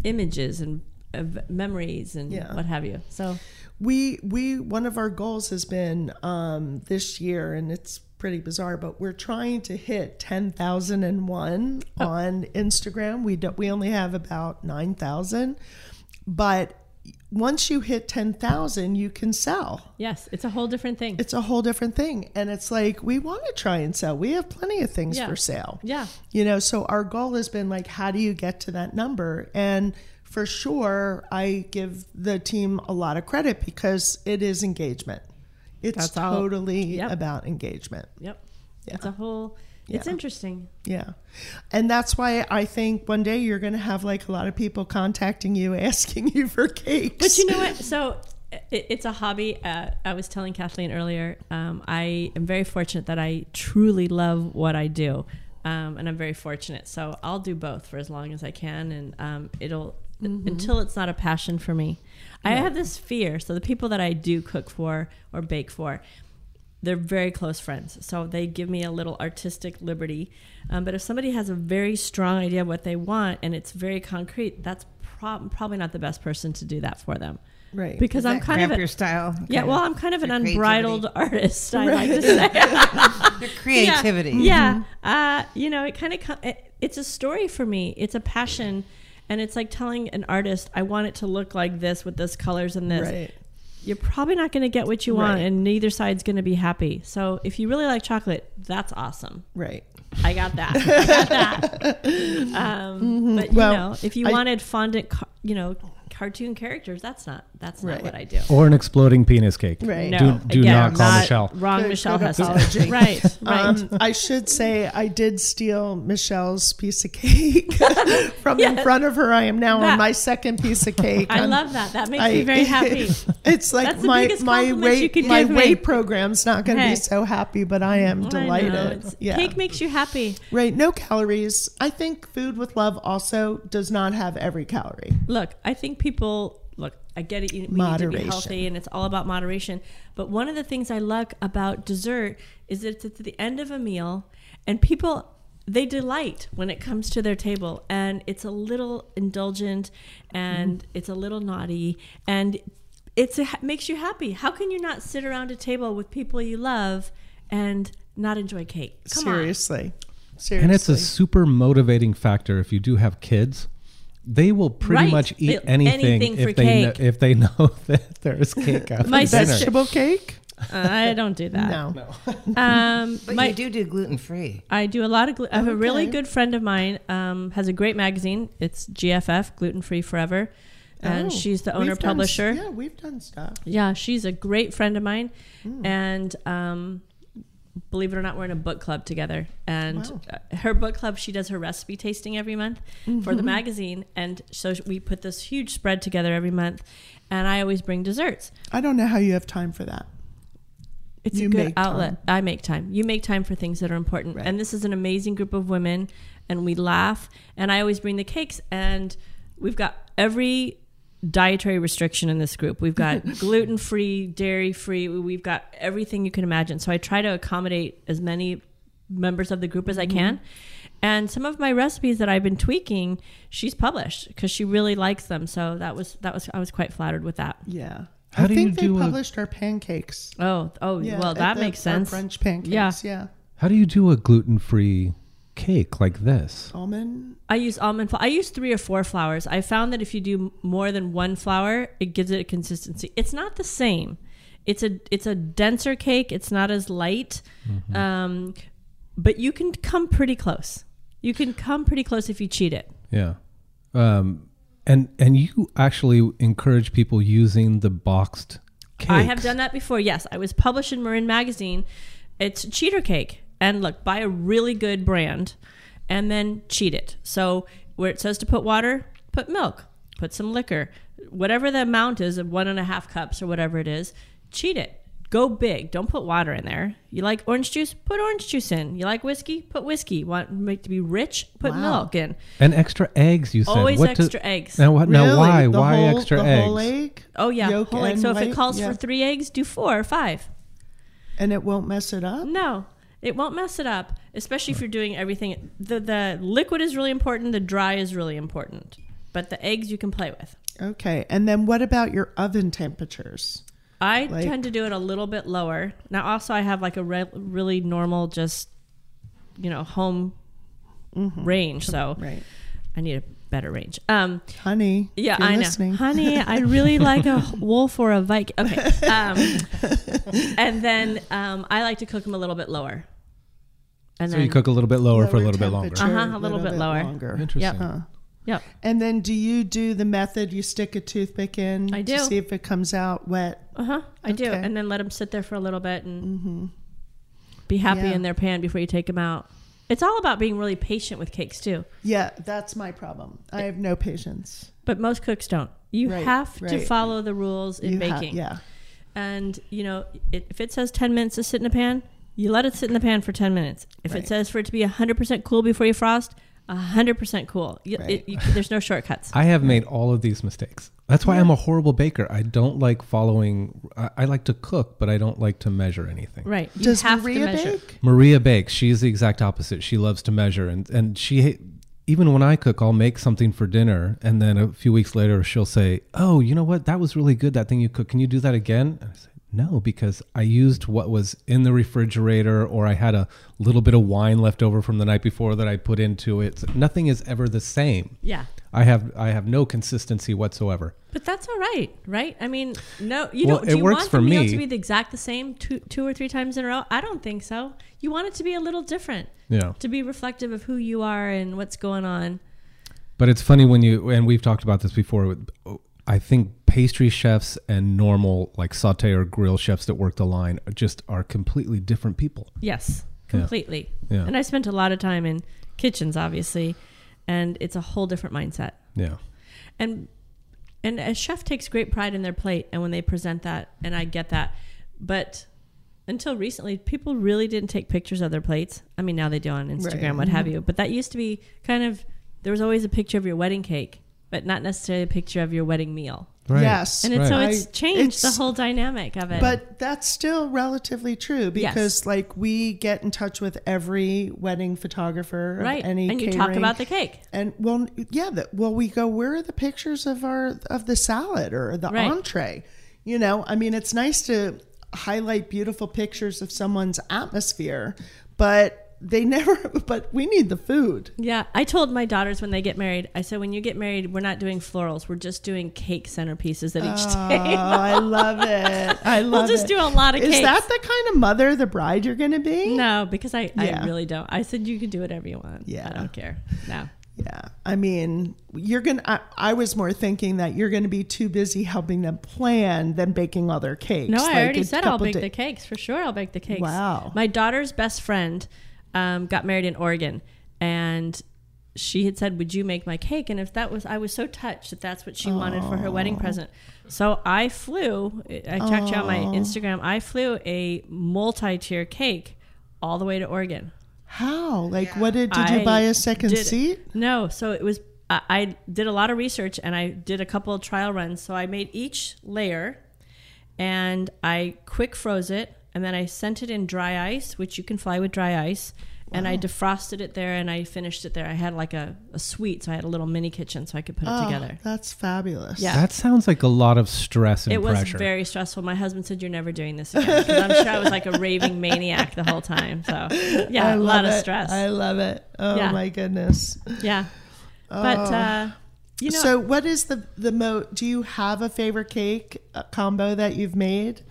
images and uh, memories and
Yeah.
what have you so
we we one of our goals has been um, this year, and it's pretty bizarre, but we're trying to hit ten thousand and one on Instagram. We do, we only have about nine thousand, but once you hit ten thousand, you can sell.
yes it's a whole different thing
It's a whole different thing, and it's like we want to try and sell. We have plenty of things
Yeah.
for sale.
yeah
You know, so our goal has been like, how do you get to that number? And for sure, I give the team a lot of credit because it is engagement. It's
That's all.
totally
Yep.
about engagement.
yep it's a whole it's interesting
Yeah. And that's why I think one day you're going to have like a lot of people contacting you [LAUGHS] asking you for cakes.
But you know what? So it, it's a hobby. Uh, I was telling Kathleen earlier. Um, I am very fortunate that I truly love what I do, um, and I'm very fortunate. So I'll do both for as long as I can, and um, it'll until it's not a passion for me. I have this fear. So the people that I do cook for or bake for. They're very close friends, so they give me a little artistic liberty. Um, but if somebody has a very strong idea of what they want and it's very concrete, that's prob- probably not the best person to do that for them
Right.
because I'm
That
kind of
cramp
a,
your style.
yeah.
Kind
Well,
of
I'm kind of an
your
unbridled [LAUGHS] artist. I like to say [LAUGHS]
creativity. Mm-hmm.
Yeah, yeah. Uh, you know, it kind of co- it, it's a story for me. It's a passion, and it's like telling an artist, "I want it to look like this with this colors and this."
Right.
You're probably not going to get what you want,
Right.
and neither side's going to be happy. So, if you really like chocolate, that's awesome.
Right.
I
[LAUGHS]
got that. I got that. Um, But you
Mm-hmm. Well,
know, if you
I-
wanted fondant, ca- you know, cartoon characters, that's not that's not
Right. Oh,
what I do.
Or an exploding penis cake.
Right.
No,
Do, do
again,
not call
not
Michelle.
Wrong
Good
Michelle Hess.
apology.
[LAUGHS] Right,
[LAUGHS]
right.
Um, I should say I did steal Michelle's piece of cake [LAUGHS] from in front of her. I am now
That-
on my second piece of cake.
[LAUGHS] I
I'm-
love that. That makes
I- [LAUGHS]
me very happy.
It's like
That's the
my
biggest
my
compliment you
weight
could
my
give me.
weight program's not going to
Hey.
be
Oh,
so happy, but I am
I know.
delighted.
It's-
yeah,
Cake makes you happy.
right. No calories. I think food with love also does not have every calorie.
Look, I think people look. I get it. You, we need to be
Moderation.
healthy, and it's all about moderation. But one of the things I like about dessert is that it's at the end of a meal, and people they delight when it comes to their table, and it's a little indulgent, and
Mm-hmm.
it's a little naughty, and it's a, makes you happy. How can you not sit around a table with people you love and not enjoy cake? Come on.
Seriously, seriously,
And it's a super motivating factor if you do have kids. They will pretty
Right.
much eat
They'll-
anything,
anything for
if they know,
cake.
if they [LAUGHS] know that there's cake out
My
for dinner.
sister-
vegetable cake.
Uh, I don't do
[LAUGHS]
that.
No,
Um,
But
my-
you do do gluten free.
I do a lot of. Glu- I have a really
Okay.
good friend of mine. Um, has a great magazine. It's GFF, Gluten Free Forever, and
Oh,
she's the
we've
owner
done-
publisher. yeah.
yeah, we've done stuff.
she's a great friend of mine,
Mm.
and um, believe it or not, we're in a book club together. And
Wow.
uh, her book club, she does her recipe tasting every month for the
Mm-hmm.
magazine, and so we put this huge spread together every month. And I always bring desserts.
I don't know how you have time for that.
It's a
You
good
make time.
outlet. I make time. You make time for things that are important.
Right.
And this is an amazing group of women, and we laugh. And I always bring the cakes, and we've got every dietary restriction in this group. We've got
[LAUGHS]
gluten free, dairy free, we've got everything you can imagine. So I try to accommodate as many members of the group as I
Mm-hmm.
can. And some of my recipes that I've been tweaking, she's published because she really likes them. So that was that was I was quite flattered with that.
Yeah.
How
I
do you
think they
do a-
published our pancakes.
Oh, oh,
Yeah,
well,
at
that
the-
makes
our
sense.
French pancakes.
Yeah.
Yeah. yeah.
How do you do a gluten free cake like this?
Almond.
I use almond. Fl- I use three or four flours. I found that if you do more than one flour, it gives it a consistency. It's not the same. It's a it's a denser cake. It's not as light. Um, but you can come pretty close. You can come pretty close if you cheat it.
Yeah. Um, and and you actually encourage people using the boxed cakes.
I have done that before. Yes, I was published in Marin Magazine. It's cheater cake, and look, buy a really good brand, and then cheat it. So where it says to put water, put milk, put some liquor, whatever the amount is of one and a half cups or whatever it is. Cheat it. Go big. Don't put water in there. You like orange juice? Put orange juice in. You like whiskey? Put whiskey. Want make to be rich? Put milk in.
and extra eggs. You said
Always
What do-
extra eggs.
Now what? Now
Really?
why?
The
Why
whole-
extra
the
eggs?
Whole egg?
Oh yeah,
Yolk
whole egg.
and
So if
white?
it calls
Yeah.
for three eggs, do four or five.
and it won't mess it up.
No, it won't mess it up, especially if you're doing everything. The the liquid is really important. The dry is really important. But the eggs you can play with.
Okay, and then what about your oven temperatures?
I
Like-
tend to do it a little bit lower. Now, also, I have like a re- really normal, just you know, home range. So
Mm-hmm. Right,
I need a better range. Um,
honey. if
yeah,
you're
I know,
listening.
honey.
[LAUGHS]
I really like a wolf or a Viking. Okay, um, and then um, I like to cook them a little bit lower. And
So you cook a little bit lower, for a
Lower
little bit longer.
temperature,
Uh-huh, a little bit lower.
longer.
Interesting.
Yep. Yep.
And then, do you do the method? You stick a toothpick in
I
to
do.
see if it comes out wet.
Uh huh. I do,
Okay. Mm-hmm.
and then let them sit there for a little bit and be happy
Yeah.
in their pan before you take them out. It's all about being really patient with cakes too,
Yeah, that's my problem. I have no patience.
but most cooks don't. You
Right,
have to
right.
follow the rules in
You ha-
baking,
yeah,
and you know it, if it says ten minutes to sit in a pan, you let it sit in the pan for ten minutes. If
Right.
it says for it to be hundred percent cool before you frost, hundred percent cool. You,
Right.
it, you, there's no shortcuts.
[LAUGHS]
I have made all of these mistakes. That's why I'm a horrible baker. I don't like following. I, I like to cook, but I don't like to measure anything.
right. You
does
have
Maria
to measure.
bake?
Maria bakes. She is the exact opposite. She loves to measure, and and she even when I cook, I'll make something for dinner, and then a few weeks later, she'll say, "Oh, you know what? That was really good. That thing you cooked. Can you do that again?" And I say, "No, because I used what was in the refrigerator, or I had a little bit of wine left over from the night before that I put into it. So nothing is ever the same.
Yeah.
I have I have no consistency whatsoever.
But that's all right, right? I mean, no, you
Well,
don't.
it
Do you
works
want
for
the meal
me.
to be the exact the same two, two or three times in a row? I don't think so. You want it to be a little different,
Yeah."
to be reflective of who you are and what's going on.
But it's funny when you and we've talked about this before. with- I think pastry chefs and normal like saute or grill chefs that work the line are just are completely different people.
Yes, completely.
Yeah.
And I spent a lot of time in kitchens, obviously, and it's a whole different mindset.
Yeah.
and and a chef takes great pride in their plate and when they present that and i get that but until recently people really didn't take pictures of their plates i mean now they do on instagram
Right. Mm-hmm.
what have you but that used to be kind of there was always a picture of your wedding cake but not necessarily a picture of your wedding meal
Yes,
and it's, so
Right.
it's
I-
changed
it's-
the whole dynamic of it
But that's still relatively true because, like, we get in touch with every wedding photographer, of
right
Any
and you talk
catering.
about the cake
and well, yeah, the, well, we go. Where are the pictures of our of the salad or the
Right.
entree? You know, I mean, it's nice to highlight beautiful pictures of someone's atmosphere, but they never. [LAUGHS] But we need the
[LAUGHS]
food.
Yeah, I told my daughters when they get married, I said, when you get married, we're not doing florals. We're just doing cake centerpieces at each
Oh,
[LAUGHS] table.
I love it. I love
We'll just
it.
do a lot of
Is
cakes.
that the kind of mother, the bride, you're going to be?
No, because I,
Yeah.
I really don't. I said you can do whatever you want.
Yeah.
I don't care. No.
Yeah. I mean, you're going to, I was more thinking that you're going to be too busy helping them plan than baking all their cakes.
No,
Like,
I already
it's
said I'll
couple
bake
da-
the cakes for sure. I'll bake the cakes.
Wow.
My daughter's best friend um, got married in Oregon, and she had said, "Would you make my cake?" And if that was, I was so touched that that's what she wanted for her wedding present. So I flew. I checked you out my Instagram. I flew a multi-tier cake all the way to Oregon.
How? Like, what did, did
I
you buy a second
did-
seat?
No, so it was. I, I did a lot of research and I did a couple of trial runs. So I made each layer, and I quick froze it, and then I sent it in dry ice, which you can fly with dry ice. And I defrosted it there, and I finished it there. I had like a, a suite, so I had a little mini kitchen, so I could put it
Ah.
together.
Oh, That's fabulous.
Yeah.
That sounds like a lot of stress and
It was
pressure.
very stressful. My husband said, "You're never doing this again." 'cause I'm sure I was like a
[LAUGHS]
raving maniac the whole time. So, yeah,
I
a
love
lot of
it.
stress.
I love it. Oh,
Yeah.
my goodness.
yeah, but
Oh.
uh, you know,
so, what is the, the mo? Do you have a favorite cake uh, combo that you've made?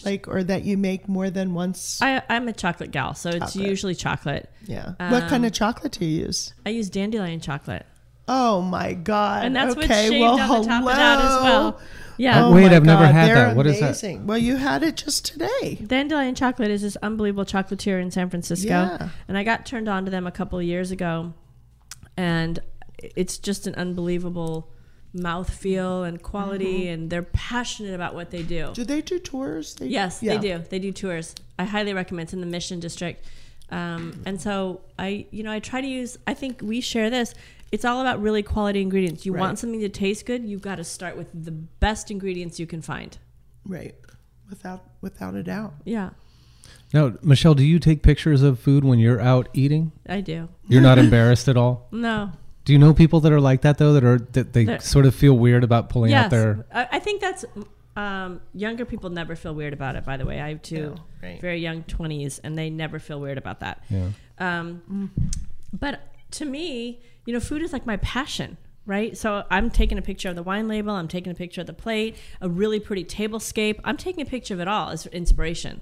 gosh.
like or that you make more than once?
I, I'm a chocolate gal, so it's
Chocolate.
usually chocolate.
yeah. what
Um,
kind of chocolate do you use?
I use dandelion chocolate,
Oh my god!
and that's what's
okay,
shaved
well,
on the top of that as well.
hello.
Yeah,
Oh. Wait,
my
I've never had
they're
that. What is that?
amazing. Well, you had it just today.
Dandelion Chocolate is this unbelievable chocolatier in San Francisco,
Yeah.
and I got turned on to them a couple of years ago, and it's just an unbelievable mouthfeel and quality,
Mm-hmm.
and they're passionate about what they do.
Do they do tours? They,
Yes,
yeah.
they do. They do tours. I highly recommend. It's in the Mission District, um, and so I, you know, I try to use. I think we share this. It's all about really quality ingredients. You
Right.
want something to taste good, you've got to start with the best ingredients you can find.
Right. Without without a doubt.
Yeah,
Now, Michelle, do you take pictures of food when you're out eating?
I do.
You're
[LAUGHS]
not embarrassed at all.
No,
Do you know people that are like that though? That are that they
They're-
sort of feel weird about pulling out their.
I, I think that's um, younger people never feel weird about it. By the way, I have two
Yeah, right.
very young twenties, and they never feel weird about that.
Yeah.
Um, but to me, you know, food is like my passion. Right, so I'm taking a picture of the wine label. I'm taking a picture of the plate, a really pretty table scape. I'm taking a picture of it all as inspiration.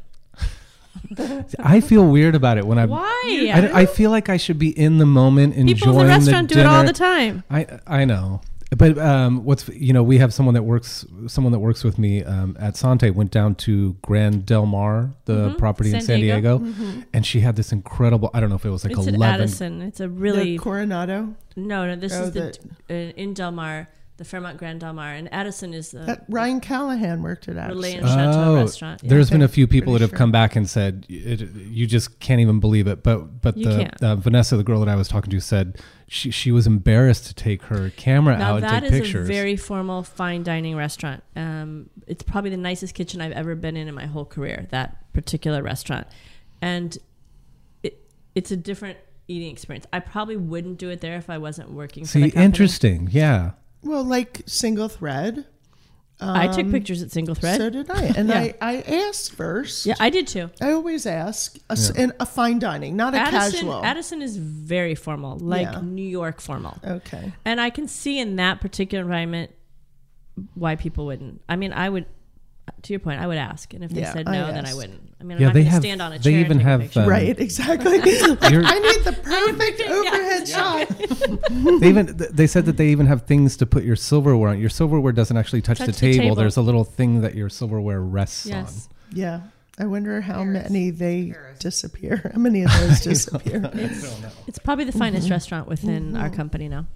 I feel weird about it when I'm.
Why?
I, I feel like I should be in the moment, enjoying
People in the restaurant do it all
dinner.
the time.
I I know, but um, what's you know we have someone that works someone that works with me um, at Sante went down to Grand Del Mar, the property in
Mm-hmm. San
San Diego,
Diego. Mm-hmm.
and she had this incredible. I don't know if it was like
It's in
eleven.
Addison. It's a
The
really
Coronado.
no, no. This
Oh,
is the, uh, in Del Mar, the Fairmont Grand Del Mar, and Addison is the
That Ryan Callahan worked it out.
Relay and
so-
Chateau restaurant. yeah.
Oh, there's been a few people that
Pretty
have
sure.
come back and said it, you just can't even believe it. But but
You
the
can't.
uh, Vanessa, the girl that I was talking to, said she she was embarrassed to take her camera
now
out and
that
take
is a
pictures.
very formal fine dining restaurant. Um, it's probably the nicest kitchen I've ever been in in my whole career. That particular restaurant, and it it's a different eating experience. I probably wouldn't do it there if I wasn't working. for the
See,
company.
interesting. Yeah.
Well, like single thread.
I took pictures at Single Thread.
Um, So did I. And
[LAUGHS] Yeah.
I, I asked first.
yeah, I did too.
I always ask a, s- in a fine dining, not a
Addison,
casual.
Addison is very formal, like
Yeah.
New York formal.
okay.
And I can see in that particular environment why people wouldn't. I mean, I would. To your point, I would ask, and if they
Yeah,
said
I
no, then I
asked.
wouldn't. I mean,
Yeah,
I'm not
they
going to
have-
stand on a
they
chair. and
even
take a
have,
picture.
um,
Right, [LAUGHS]
[LAUGHS]
exactly. Like, I
You're-
need the perfect
yeah.
overhead shot.
they even th- they said that they even have things to put your silverware on. Your silverware doesn't actually touch,
Touch
the,
the
table.
table.
There's a little thing that your silverware rests
Yes,
Yeah. I wonder how
Paris.
many they
Paris.
disappear. [LAUGHS] How many of
[LAUGHS]
those disappear?
it's probably the
Mm-hmm.
finest restaurant within
Mm-hmm.
our company now.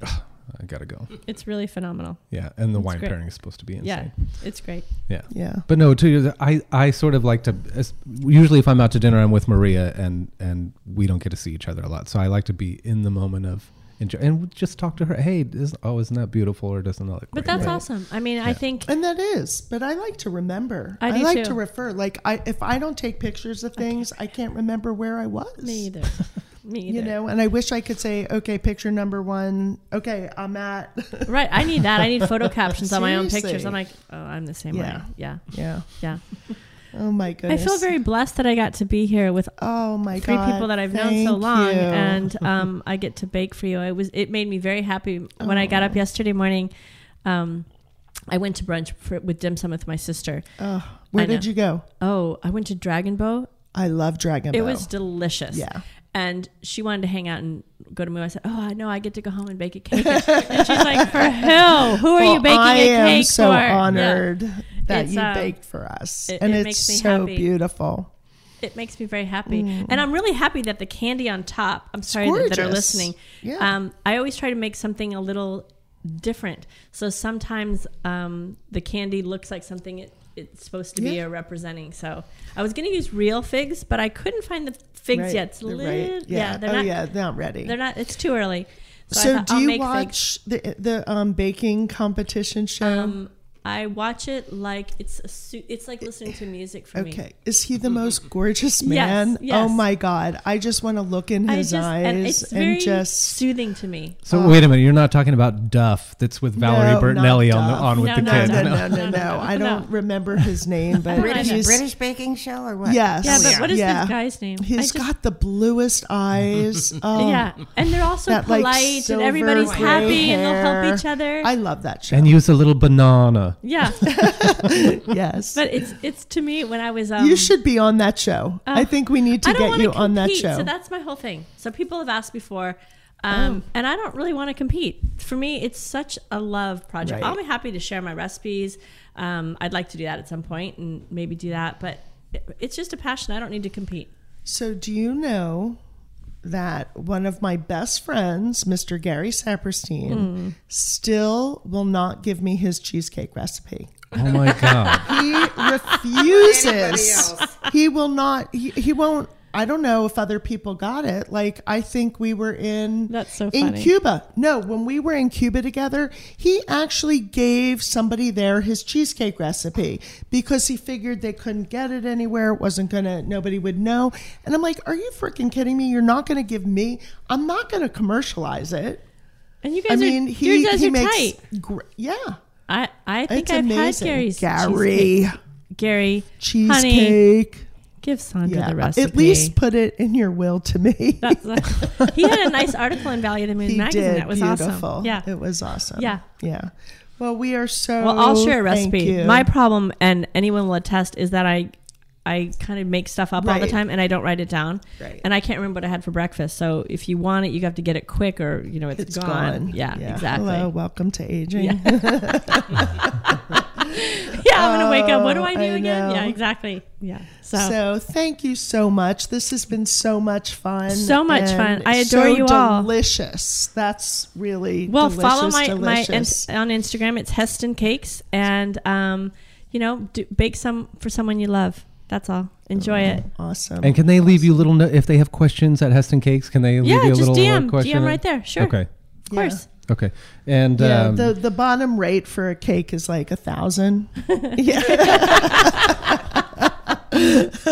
on. I gotta go.
It's really phenomenal.
Yeah, and the wine
great.
pairing is supposed to be
Yeah,
insane.
it's great.
Yeah.
yeah.
But no, to your- I I sort of like to as- usually if I'm out to dinner I'm with Maria and and we don't get to see each other a lot. So I like to be in the moment of enjoy and just talk to her. Hey, is, oh, isn't that beautiful or doesn't that look? great?
But that's
Right.
awesome. I mean, I think
And that is, but I like to remember.
I do
like
too.
to refer. Like I, if I don't take pictures of things, I can't remember where I was. [LAUGHS]
me either. Me either.
You know, and I wish I could say, okay, picture number one. Okay, I'm at. [LAUGHS]
Right. I need that. I need photo captions on my own pictures.
Seriously.
I'm like, oh, I'm the same
Yeah.
way. Yeah.
yeah.
Yeah.
Oh my
I
goodness.
feel very blessed that I got to be here with
Oh my
three
god.
people that I've known so
Thank
long,
you. [LAUGHS]
and um, I get to bake for you. It was it made me very happy when I got up yesterday morning. Um, I went to brunch for, with dim sum with my sister.
Oh, where
I know.
did you go?
Oh, I went to Dragon Boat.
I love Dragon
It
Boat.
was delicious.
Yeah.
And she wanted to hang out and go to a movie. I said, "Oh, I know. I get to go home and bake a cake." and she's like, "For [LAUGHS] who? Who are
Well,
you baking
I
a
am
cake
so
for?" Yeah.
honored that
It's,
you
um,
baked for us,
it-
and
it
it's
makes me
so
happy.
beautiful.
It makes me very happy,
Mm.
and I'm really happy that the candy on top. I'm sorry that, that are
gorgeous.
listening.
Yeah.
Um, I always try to make something a little different. So sometimes um, the candy looks like something it, it's supposed to be
Yeah.
or representing. So I was going to use real figs, but I couldn't find the figs
Right.
yet. It's
They're
lit-
right.
Yeah.
Yeah.
they're
oh
not.
yeah, they're not ready.
They're not. It's too early. So,
So
I thought,
do
I'll
you
make figs.
watch the the um, baking competition show?
Um, I watch it like it's a su- it's like listening to music for me.
okay, is he the
[LAUGHS]
most gorgeous man? Oh
yes.
my god, I just want to look in
I
his
just
eyes
and it's
and
very
just
soothing to me.
So wait a minute, you're not talking about Duff? That's with Valerie
No, not
Bertinelli on the
Duff.
on with
No,
the
[LAUGHS]
no,
no,
kid.
no,
No,
no, no,
[LAUGHS]
no. I don't remember his name, but
British,
he's
British baking show or what? Oh,
yes,
Yeah, but what is
yeah.
this guy's name?
He's
I just-
got the bluest
[LAUGHS]
eyes. Oh,
yeah, and they're also
that, like,
polite, and
silver
everybody's
gray
happy, and they'll help
hair.
each other.
I love that show.
And use a little banana.
[LAUGHS]
Yeah,
Yes.
but it's it's to me when I was um, oh,
you should be on that show. I think we need to
I don't
get
wanna
you on that
compete,
show. Oh.
So that's my whole thing. So people have asked before, um, and I don't really want to compete. For me, it's such a love project.
Right.
I'll be happy to share my recipes. Um, I'd like to do that at some point and maybe do that, but it- it's just a passion. I don't need to compete.
So, do you know that one of my best friends, Mr. Gary Saperstein,
Hmm.
still will not give me his cheesecake recipe?
Oh my god!
[LAUGHS]
He
Anybody
refuses.
else.
he will not, he, he won't. I don't know if other people got it. Like I think we were in
That's so
in
funny.
Cuba. No, when we were in Cuba together, he actually gave somebody there his cheesecake recipe because he figured they couldn't get it anywhere. It wasn't gonna nobody would know. And I'm like, Are you freaking kidding me? You're not gonna give me I'm not gonna commercialize it.
And you
I
guys
mean
are
he,
you guys
he
are
makes
tight.
gr- yeah.
I I think
It's
I've
amazing.
had Gary's cheesecake.
Gary
Gary Honey,
cheesecake.
give Sandra
Yeah,
the recipe.
at least put it in your will to me. [LAUGHS]
[LAUGHS] he had a nice article in Valley of the Moon magazine. That was
Beautiful.
awesome. Yeah,
it was awesome.
Yeah.
yeah. Well, we are so.
Well, I'll share a recipe.
Oh, Thank you.
My problem, and anyone will attest, is that I, I kind of make stuff up all the
Right.
time, and I don't write it down.
Right.
And I can't remember what I had for breakfast. So if you want it, you have to get it quick, or you know,
it's
gone.
gone.
Yeah, exactly.
Hello, welcome to aging.
[LAUGHS] Yeah. [LAUGHS]
[LAUGHS]
Yeah, I'm gonna wake up. What do I do
Oh, I
again? Yeah,
know.
exactly. Yeah. So.
So thank you so much. This has been so much fun.
So much
and
fun. I
so
adore you all.
Delicious. That's really
well,
Delicious,
follow my
delicious.
my on Instagram. It's Heston Cakes, and um, you know, do, bake some for someone you love. That's all. Enjoy it.
awesome.
[LAUGHS] And can they leave you little no- if they have questions at Heston Cakes? Can they leave
Yeah,
you a
just
little uh,
DM
question?
DM right there. Sure.
Okay.
Of course.
Okay. And
yeah,
um,
the the bottom rate for a cake is like a
[LAUGHS]
thousand. yeah. [LAUGHS]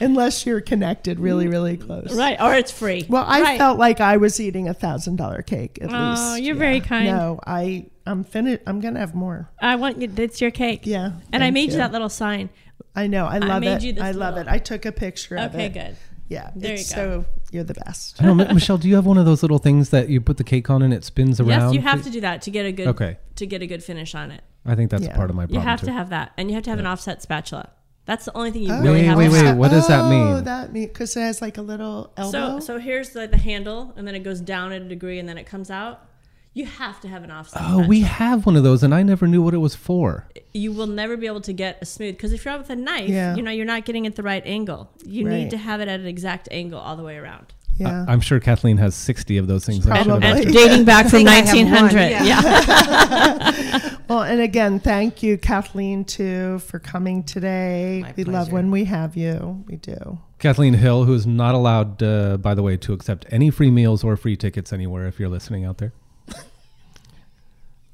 Unless you're connected really, really close.
Mm. Right, or it's free.
Well, I
Right.
felt like I was eating a thousand dollar cake at least.
Oh, you're very kind.
No, I I'm finished. I'm gonna have more.
I want you. That's your cake.
Yeah,
And I
thank
made you.
you.
that little sign.
I know. I love
made
it.
you this
I love
little-
it. I took a picture of
Okay,
it.
good.
Yeah.
There
it's
you
So you're the best.
I don't know, Mi- Michelle, do you have one of those little things that you put the cake on and it spins
Yes,
around?
you have to do that to get a good.
Okay.
To get a good finish on it,
I think that's
Yeah.
part of my
you
problem
have
too.
to have that, and you have to have an offset spatula. That's the only thing you
Oh.
really
Wait,
have.
wait,
to
wait.
have.
what does that
Oh,
mean?
that means because it has like a little elbow.
So, so here's the, the handle, and then it goes down at a degree, and then it comes out. You have to have an offset.
Oh, we have one of those, and I never knew what it was for.
you will never be able to get a smooth because if you're out with a knife,
Yeah.
you know you're not getting it the right angle. You
Right.
need to have it at an exact angle all the way around.
yeah.
I, am sure Kathleen has 60 of those things. I should have
Probably.
asked
And
her.
dating back from
I have one. 1900.
Yeah.
well, and again, thank you, Kathleen, too, for coming today.
My
we love
pleasure.
when we have you. We do.
Kathleen Hill, who is not allowed, uh, by the way, to accept any free meals or free tickets anywhere if you're listening out
[LAUGHS]
there.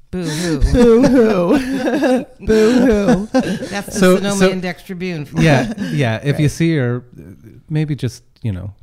Boo hoo.
Boo hoo.
[LAUGHS]
Boo hoo.
That's the
So-
Sonoma
so-
Index Tribune. For
Yeah, yeah. If you see her, uh, maybe just, you know,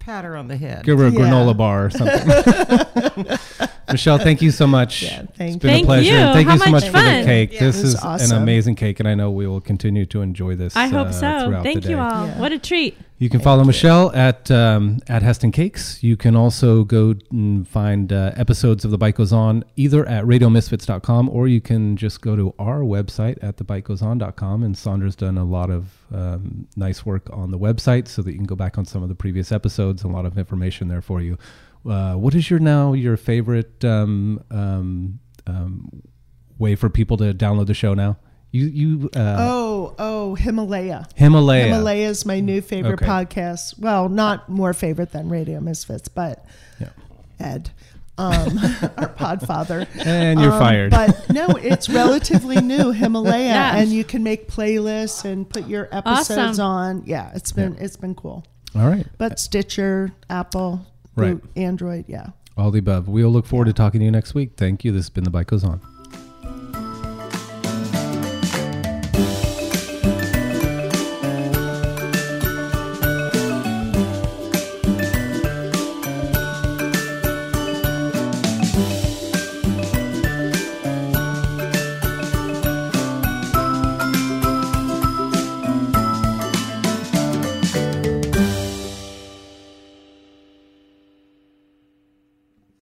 pat her on the head.
give her a
Yeah.
granola bar or something.
[LAUGHS]
Michelle, thank you so much.
Yeah,
it's
thank
been
Thank
a pleasure.
you.
And thank
How
you so
much
much, for the
fun.
cake. this
It
is
was awesome.
an amazing cake, and I know we will continue to enjoy this.
[LAUGHS] I
uh,
hope so.
throughout the
Thank you
day.
all.
Yeah.
What a treat.
You can follow Michelle at um, at Heston Cakes. You can also go and find uh, episodes of The Bike Goes On either at radiomisfits.com or you can just go to our website at thebikegoeson.com. And Sandra's done a lot of um, nice work on the website so that you can go back on some of the previous episodes. A lot of information there for you. Uh, what is your now your favorite um, um, um, way for people to download the show now? You you uh,
Oh, oh, Himalaya.
Himalaya.
Himalaya is my new favorite
Okay.
podcast. Well, not more favorite than Radio Misfits, but
Yeah.
Ed, um, [LAUGHS] our
[LAUGHS]
podfather.
And you're
Um,
fired.
But no, it's relatively
[LAUGHS]
new, Himalaya,
Yeah.
and you can make playlists and put your episodes
Awesome.
on. Yeah, it's been it's been cool.
All right.
But Stitcher, Apple,
Right.
Boot, Android, yeah.
All the above. We'll look forward to talking to you next week. Thank you. This has been The Bike Goes On.